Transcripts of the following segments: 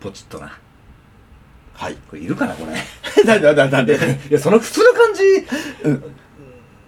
ポチッとな。はい。これいるかな、これ。 なんでなんで なんでいや、その普通の感じ、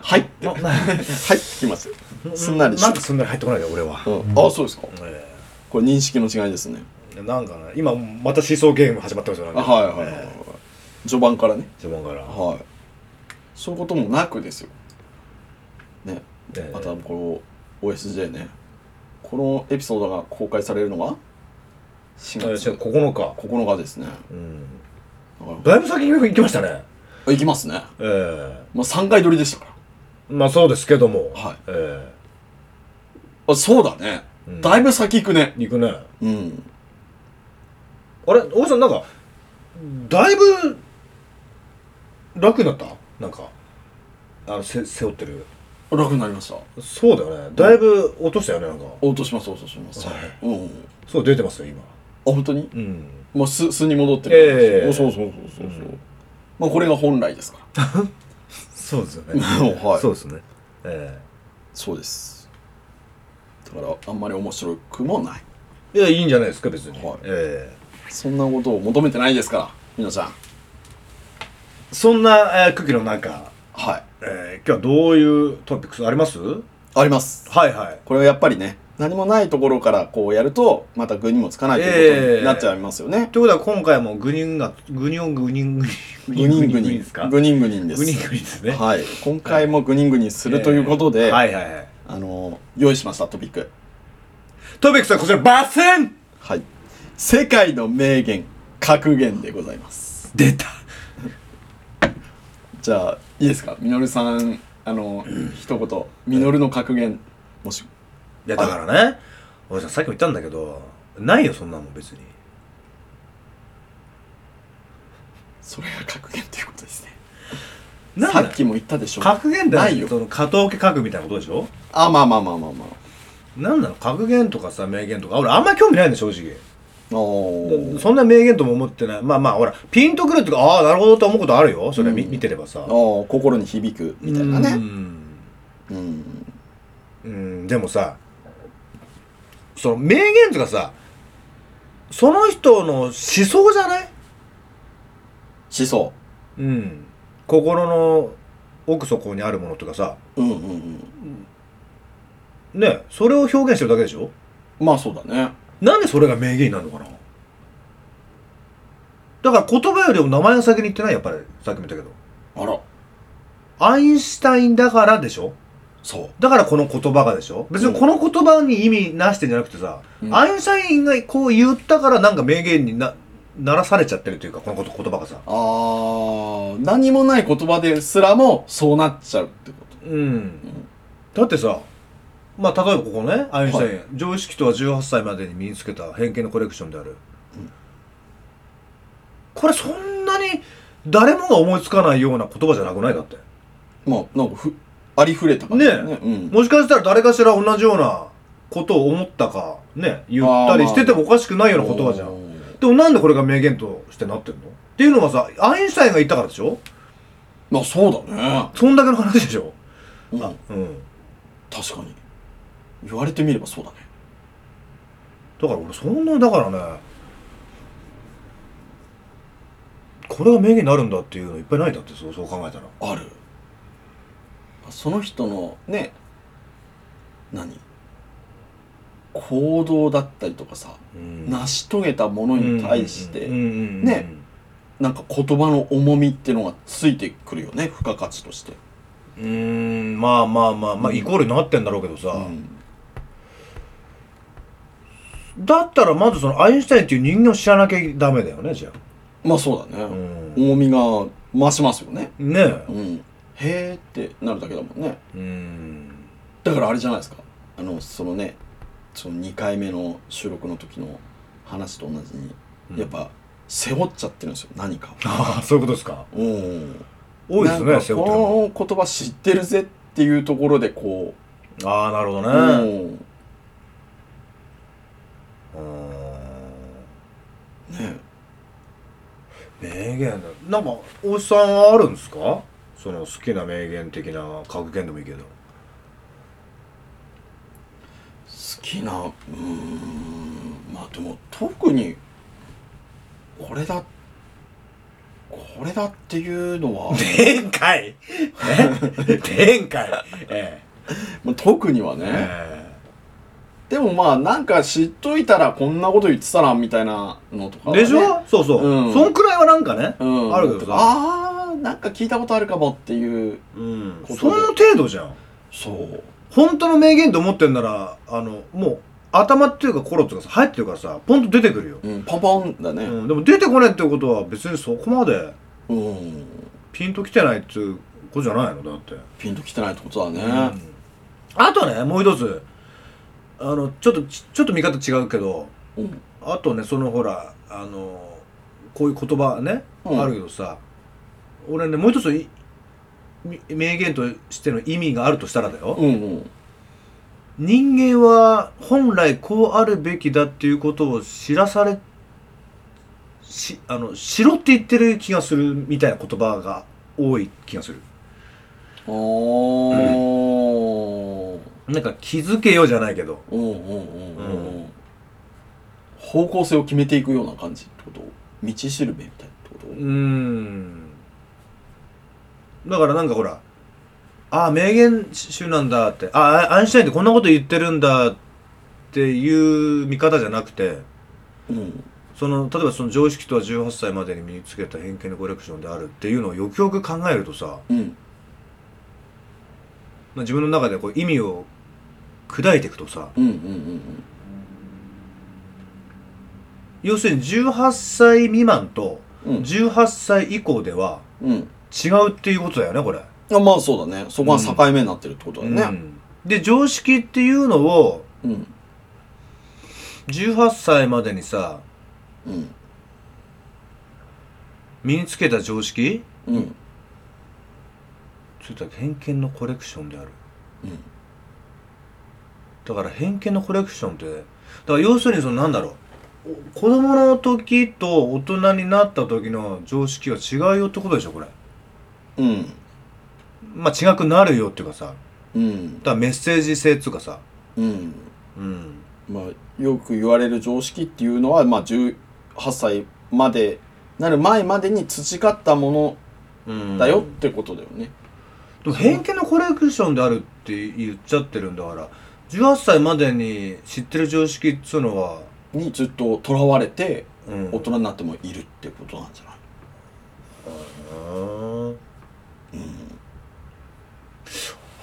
はいって。まはいまきますよ。すんなりしまてず。すんなり入ってこないよ、俺は。うんあ、そうですか。えこれ認識の違いですね。ーなんかね、今、また思想ゲーム始まってますよ、なんあかはいはいはいはい。序盤からね。自分から。はい。そういうこともなくですよ。ね。ええまたこの OSJ ね。このエピソードが公開されるのがあ4れ月違う9日。 9日ですね。うん。だからだいぶ先に行きましたね。あ行きますね。ええまあ3回撮りでしたから。まあそうですけども。はいええあ、そうだねうん。だいぶ先行くね。行くね。うん。あれ、大井さん、なんか、だいぶ、楽になったなんか、あの、せ背負ってる。楽になりました。そうだよね。だいぶ落としたよね、なんか。落とします、落とします。はいうんうんうん。そう、出てますよ、今。あ本当にうん。もう素素に戻ってる感じええおそうそうそうそうそう、うんまあこれが本来ですからそうですよ ねはいそうですね。えそうですだからあんまり面白くもないえいや、いいんじゃないですか、別に。はいええそんなことを求めてないですから皆さんそんな、えー、クキの中、はいえー、今日はどういうトピックスありますはありますいはい。これはやっぱりね何もないところからこうやるとまた具にもつかないということええになっちゃいますよね、ということは、今回もグニンが、グニョングニングニングニングニンですかグニングニンですグニングニンですね。はい今回もグニングニンするということで、えーはいはいはい。あの用意しましたトピックトピックスはこちら、バセンはい世界の名言格言でございます出たじゃあいいですかみのるさんあの一言みのるの格言もしいや、だからね、大井さん、さっきも言ったんだけど、ないよ、そんなもん、別に。それが格言ということですねなんださよっきも言ったでしょ格言ってないよその、加藤家格みたいなことでしょあまあまあまあまあまあなんなの格言とかさ名言とか俺あんま興味ないんだ正直おーそんな名言とも思ってないまあまあほらピンとくるとかああなるほどと思うことあるよそれ見,、うん見てればさおー心に響くみたいなうねんうんうんでもさその名言とかさその人の思想じゃない思想うん心の奥底にあるものとかさうんうんうんねそれを表現してるだけでしょまあそうだねなんでそれが名言になるのかなだから言葉よりも名前が先に言ってないやっぱりさっきも言ったけどあらアインシュタインだからでしょそうだからこの言葉がでしょ別にこの言葉に意味なしてんじゃなくてさ、うんアインシュタインがこう言ったからなんか名言になならされちゃってるというかこのこと言葉がさあー何もない言葉ですらもそうなっちゃうってことうん、だってさまあ例えばここねアインシュタイン、常識とは18歳までに身につけた偏見のコレクションである、これそんなに誰もが思いつかないような言葉じゃなくないだってまあなんかふありふれた感じだねうんもしかしたら誰かしら同じようなことを思ったかね言ったりしててもおかしくないような言葉じゃんおーでもなんでこれが名言としてなってんのっていうのはさアインシュタインが言ったからでしょまあそうだねそんだけの話でしょうんうん確かに言われてみればそうだねだから俺そんなだからねこれが名言になるんだっていうのいっぱいないだってそうそう考えたらあるその人のね何行動だったりとかさ、うん成し遂げたものに対して、うんうんうんうんねなんか言葉の重みってのがついてくるよね付加価値として、うーんまあまあまあまあ、うんイコールになってんだろうけどさ、うんだったらまずそのアインシュタインっていう人間を知らなきゃダメだよねじゃまあそうだあ、うね、ん、重みが増しますよね、ねえうん、へーってなるだけだもんねうんだからあれじゃないですかあのそのねその2回目の収録の時の話と同じに、うんやっぱ背負っちゃってるんですよ何かを ああそういうことですかうん多いですなんねか背負ってるのこの言葉知ってるぜっていうところでこああなるほう、どねうんうんね名言だなんか大石さんはあるんですかその好きな名言的な格言でもいいけど好きなうーんまあでも特にこれだこれだっていうのは天海え天海え まあ特にはえねえでもまあなんか知っといたらこんなこと言ってたなみたいなのとかえはね、でしょそうそう、うんそんくらいはなんかね、うん、あるけどさ、ああなんか聞いたことあるかもっていううん、ことでその程度じゃんそう本当の名言と思ってんならあのもう頭っていうか心っていうかさ入ってるからさポンと出てくるよ、うん、パンパンだうね。ん、でも出てこないってことは別にそこまでうん。ピンときてないっていうことじゃないのだって、ピンときてないってことだね。あとねもう一つあのちょっとちちょっと見方違うけどうん。あとねそのほらあのこういう言葉ね、うんあるけどさ俺ねもう一ついみ名言としての意味があるとしたらだよ、うんうん。人間は本来こうあるべきだっていうことを知らされしあのしろって言ってる気がするみたいな言葉が多い気がするあー。なんか気づけよじゃないけどうんうんうんうん。う、うん方向性を決めていくような感じってこと道しるべみたいなってこうーんだからなんかほらああ名言集なんだってああアインシュタインってこんなこと言ってるんだっていう見方じゃなくてとうん。その例えばその常識とは18歳までに身につけた偏見のコレクションであるっていうのをよくよく考えるとさ、うん。まあ、自分の中でこう意味を砕いていくとさうんうんうん要するに18歳未満とうん。うん。 18歳以降ではうん。違うっていうことだよねこれ。あまあそうだね。そこは境目になってるってことだうね。んで常識っていうのをうん。 18歳までにさうん。身につけた常識うん。うん。ついた偏見のコレクションであるだから偏見のコレクションってだから要するにそのなんだろうお子供の時と大人になった時の常識は違うよってことでしょこれうん。まあ違くなるよっていうかさうんだ。からメッセージ性っつうかさうん。うんまあ、よく言われる常識っていうのは、まあ、18歳までなる前までに培ったものだよってことだよね。でも偏見のコレクションであるって言っちゃってるんだから18歳までに知ってる常識っつうのは、にずっととらわれてうん大人になってもいるってことなんじゃない、うんうん、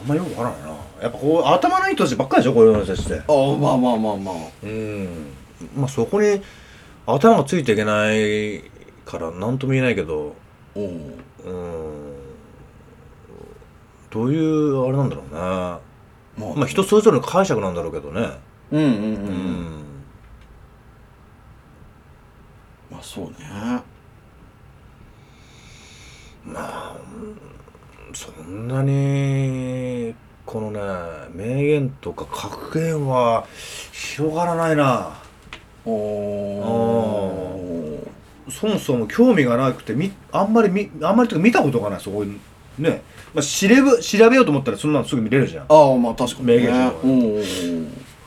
あんまよくわからないなやっぱこう頭のいい人たちばっかりでしょこういう話してああまあまあまあまあうんまあそこに頭がついていけないから何とも言えないけどうんうんどういうあれなんだろうねままあ人それぞれの解釈なんだろうけどねうんうんうん、うんまあそうねまあそんなにこのね名言とか格言は広がらないなおおそもそも興味がなくてみあんまりみあんまりというか見たことがないそうこね、まあ、調べ調べようと思ったらそんなのすぐ見れるじゃんああまあ確かにね名言じゃんうんうんうん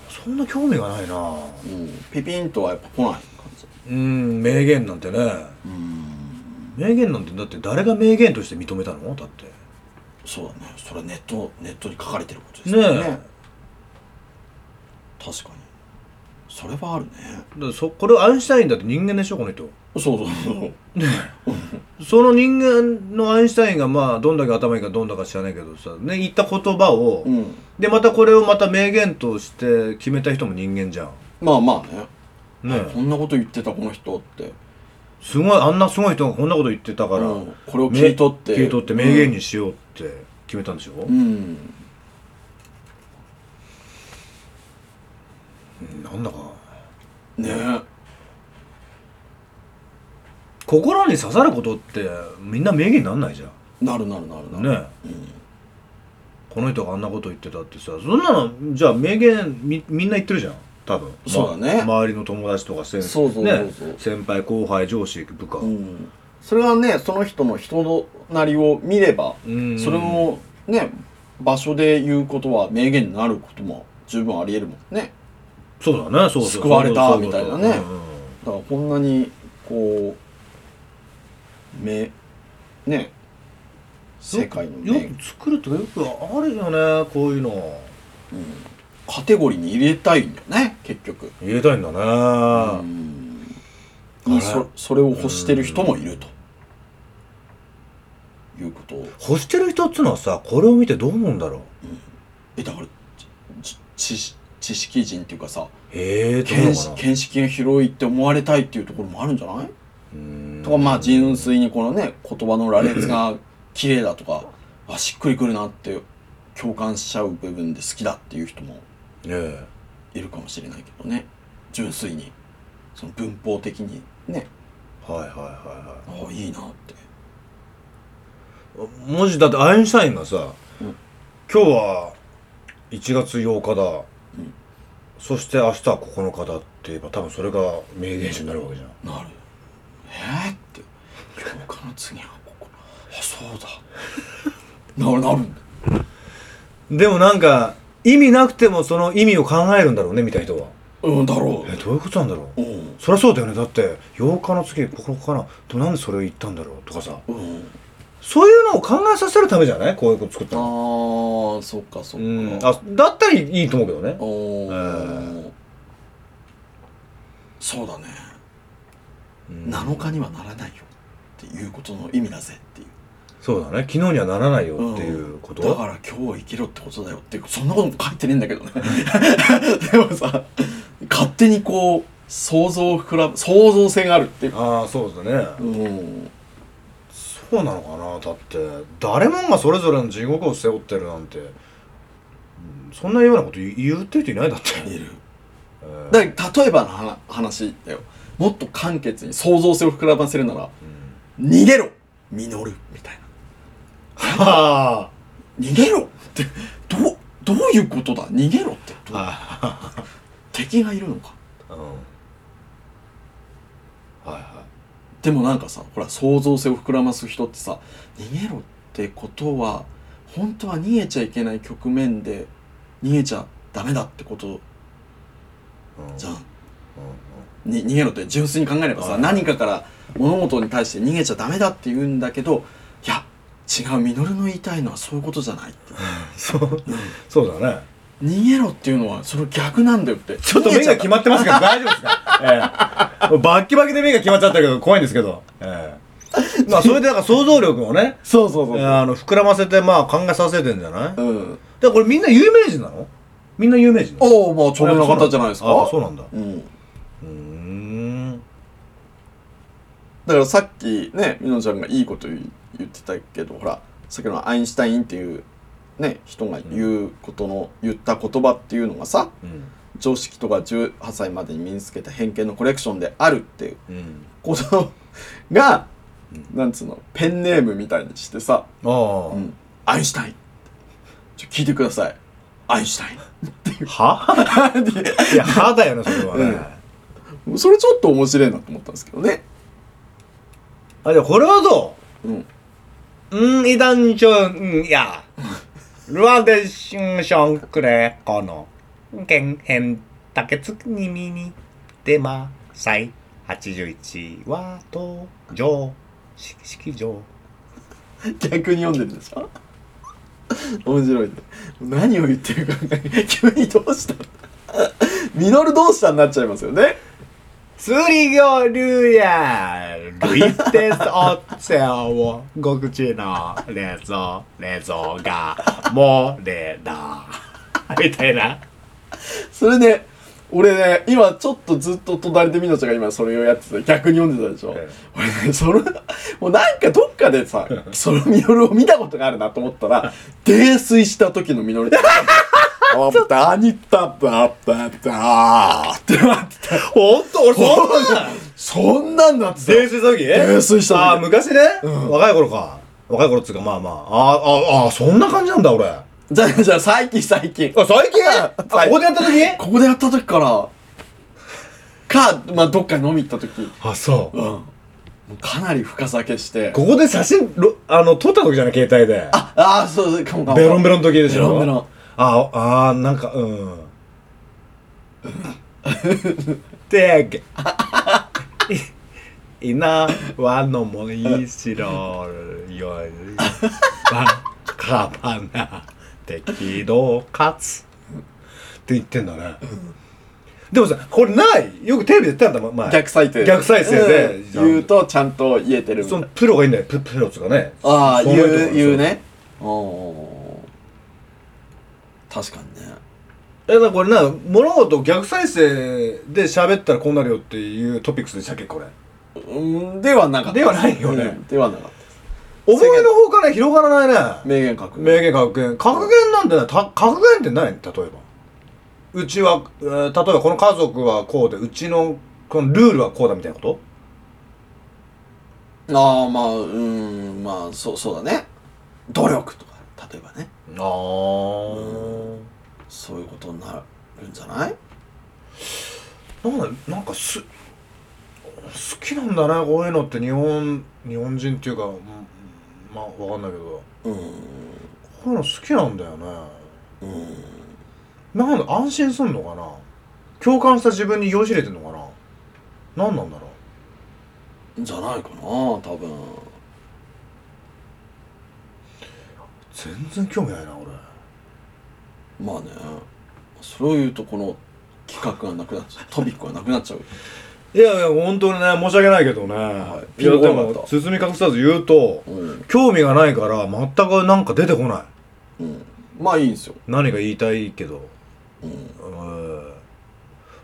そんな興味がないなうんピピンとはやっぱ来ない感じうん名言なんてねうん名言なんてだって誰が名言として認めたのだってそうだねそれはネットネットに書かれてることですねえよね確かにそれはあるねだからそこれアインシュタインだって人間でしょこの人そうそうそうその人間のアインシュタインがまあどんだけ頭いいかどんだか知らないけどさ、ね、言った言葉を、うんでまたこれをまた名言として決めた人も人間じゃまあまあねんねこんなこと言ってたこの人ってすごいあんなすごい人がこんなこと言ってたから、うんこれを切り取ってめ切り取って名言にしようって決めたんでしょ、うん、うんなんだかねえ心に刺さることってみんな名言になんないじゃなるなるなるなんる、ねえうんこの人があんなこと言ってたってさそんなのじゃあ名言みみんな言ってるじゃん多分そうだねま周りの友達とか先そうそうそうそうね、先輩後輩上司部下、うん、それはねその人の人のなりを見れば、うんそれもね場所で言うことは名言になることも十分ありえるもんねそうだねそうそう救われたそううことみたいなねうんうんだからこんなにこうめね世界のよ名く作るとかよくあるよねこういうのカテゴリーに入れたいんだよね結局、言えたいんだね、うんあれそそれを欲してる人もいると、いうことを欲してる人っつうのはさこれを見てどう思うんだろうえだからちち知知識人っていうかさええー、どう見なのか識な見識が広いって思われたいっていうところもあるんじゃない、うんとかまあ純粋にこのね言葉の羅列が綺麗だとかあしっくりくるなって共感しちゃう部分で好きだっていう人もねえいるかもしれないけどね純粋にその文法的にねはいはいはいはいあいいなってもしだってアインシュタインがさ、うん今日は1月8日だ、んそして明日は9日だって言えば多分それが名言集になるわけじゃんなるえー、って今日の次はここあそうだななるんだでもなんか意味なくてもその意味を考えるんだろうねみたいな人はうんだろえどういうことなんだろうううんそりゃそうだよねだって8日の次9日かなでもなんでそれを言ったんだろうとかさうんそういうのを考えさせるためじゃないこういうこと作ったのああそっかそっか、うんあだったらいいと思うけどねおーえそうだね、うん7日にはならないよっていうことの意味だぜっていうそうだね昨日にはならないよっていうことだはから今日を生きろってことだよっていうそんなことも書いてねえんだけどね でもさ勝手にこう想像を膨らむ創造性があるっていうああそうだねうんそうなのかなだって誰もがそれぞれの地獄を背負ってるなんてうんそんなようなこと言う言ってる人いないだって、いるえー だから例えばの話話だよもっと簡潔に創造性を膨らませるなら「逃げろ実る」みたいなは逃げろってどうどういうことだ逃げろってどうあ敵がいるのかうんはいはでもなんかさほら創造性を膨らます人ってさ逃げろってことは本当は逃げちゃいけない局面で逃げちゃダメだってことい、うんじゃんうんうんに逃げろって純粋に考えればさはい何かから物事に対して逃げちゃダメだって言うんだけどいや違うミノルの言いたいのはそういうことじゃないってそうそうだね逃げろっていうのはそれ逆なんだよってちょっと目が決まってますけど大丈夫ですか、ええもうバッキバキで目が決まっちゃったけど怖いんですけど、ええまあそれでなんか想像力をねそうそうええあの膨らませてまあ考えさせてんじゃない、だかうんらこれみんな有名人なのみんな有名人なのおおまあ著名な方じゃないですかあそうなんだうんうーんだからさっきねみのちゃんがいいこと言う言ってたけどほらさっきのアインシュタインっていうね人が言うことの、言った言葉っていうのがさうん常識とか18歳までに身につけた偏見のコレクションであるっていううんこと が、なんつうのペンネームみたいにしてさああ、 「うんアインシュタイン」ちょ聞いてください「アインシュはタ イン」っていや歯だよねそれはね、うんそれちょっと面白いなと思ったんですけどね。あじゃあこれはどうんううんいだんちょうんいやルアデシンションクレコの原編竹つくにみにデマ祭81はと上式上逆に読んでるでしょ面白いね何を言ってるか分かんない急にどうしたミノルどうしたになっちゃいますよね釣り魚竜やルイテスオッセオを極地のレゾレゾが漏れだみたいなそれで俺ね今ちょっとずっと隣でミノちゃんが今それをやってて逆に読んでたでしょ、え俺ねそのもうなんかどっかでさそのミノルを見たことがあるなと思ったら泥酔した時のミノルあダニタババダーってなってた本当俺そんなそんなんなってた泥酔詐欺泥酔した時ああ、昔ね、うん若い頃か。若い頃っつうか、まあまあ。ああ、ああ、そんな感じなんだ、俺。あ、じゃあじゃあ最近最近最 近あ最近ここでやった時ここでやった時からかまあどっかに飲み行った時あ、そうんもうかなり深酒してここで写真、ろあの、撮った時じゃない、携帯で。ああーそうそうかもかもベロンベロンの時でしベょ。ロンベロンああーなんかうん で げい稲はのもいしろよりばかばな適度かつって言ってんだね、でもさこれないよくテレビでやってたんだもん前逆再生逆再生でうん言うとちゃんと言えてるみたそいのなプロがいいんだよププロっつうかねああその言人とうか言うねおー確かにねえだからこれな物事を逆再生で喋ったらこうなるよっていうトピックスでしたっけこれうんではなかったではないよねうんではなかっ思いの方から広がらないたね名言書く名言格言格言なんてねた格言って何例えばうちは、えー例えばこの家族はこうでうちのこのルールはこうだみたいなことああまあうんまあそうそうだね努力とか例えばねああそういうことになるんじゃないなんだなんかす好きなんだねこういうのって日本日本人っていうかうんまあわかんないけどうんこういうの好きなんだよねうんなんだ安心すんのかな共感した自分に酔いしれてんのかな何なんだろうじゃないかな多分全然興味ないな俺まあねそれを言うとこの企画がなくなっちゃうトピックがなくなっちゃういやいや本当にね申し訳ないけどいね、いやでピンポンだもった包み隠さず言うとうん、興味がないから全くなんか出てこないうん、まあいいんですよ、何か言いたいけどうん、うん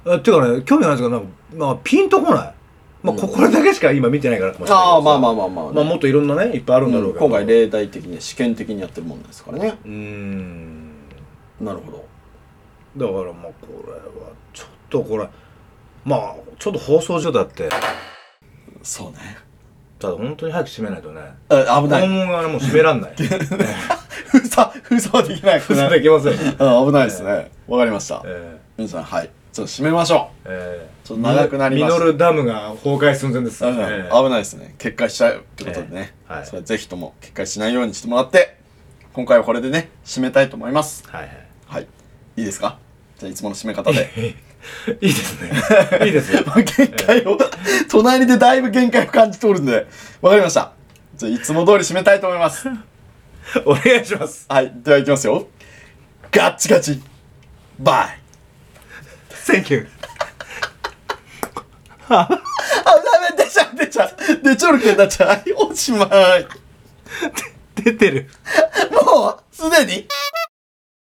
えっていうかね興味がないですけどなんか、まあ、ピンとこないまあ、うんここれだけしか今見てないからかもしれないけどあさあまあまあまあまあ、ねまあもっといろんなねいっぱいあるんだろううんけど、今回例題的に試験的にやってるもんですからねうーんなるほどだからまあこれはちょっとこれまあちょっと放送所だってそうねただ本当に早く閉めないとねあ危訪ない問がねもう閉めらん ない封鎖封鎖はできないふざけません、うん危ないですねわかりましたえ皆さんはいちょっと締めましょーえーちょっと長くなりましたミノルダムが崩壊寸前です、う、うんえー危ないですね決壊しちゃうってことでね、ええはいそれぜひとも決壊しないようにしてもらって今回はこれでね締めたいと思いますはいはいはいいいですかじゃあいつもの締め方でいいですねいいですよ 限界 を隣でだいぶ限界を感じておるんでわかりましたじゃあいつも通り締めたいと思い ますお願いしますはい、ではいきますよ。ガッチガチ。バイ。 Thank you あ、ダメ、出ちゃう、出ちゃう。出ちょるけんなっちゃう。はいおしまい。出てるもう、すでに。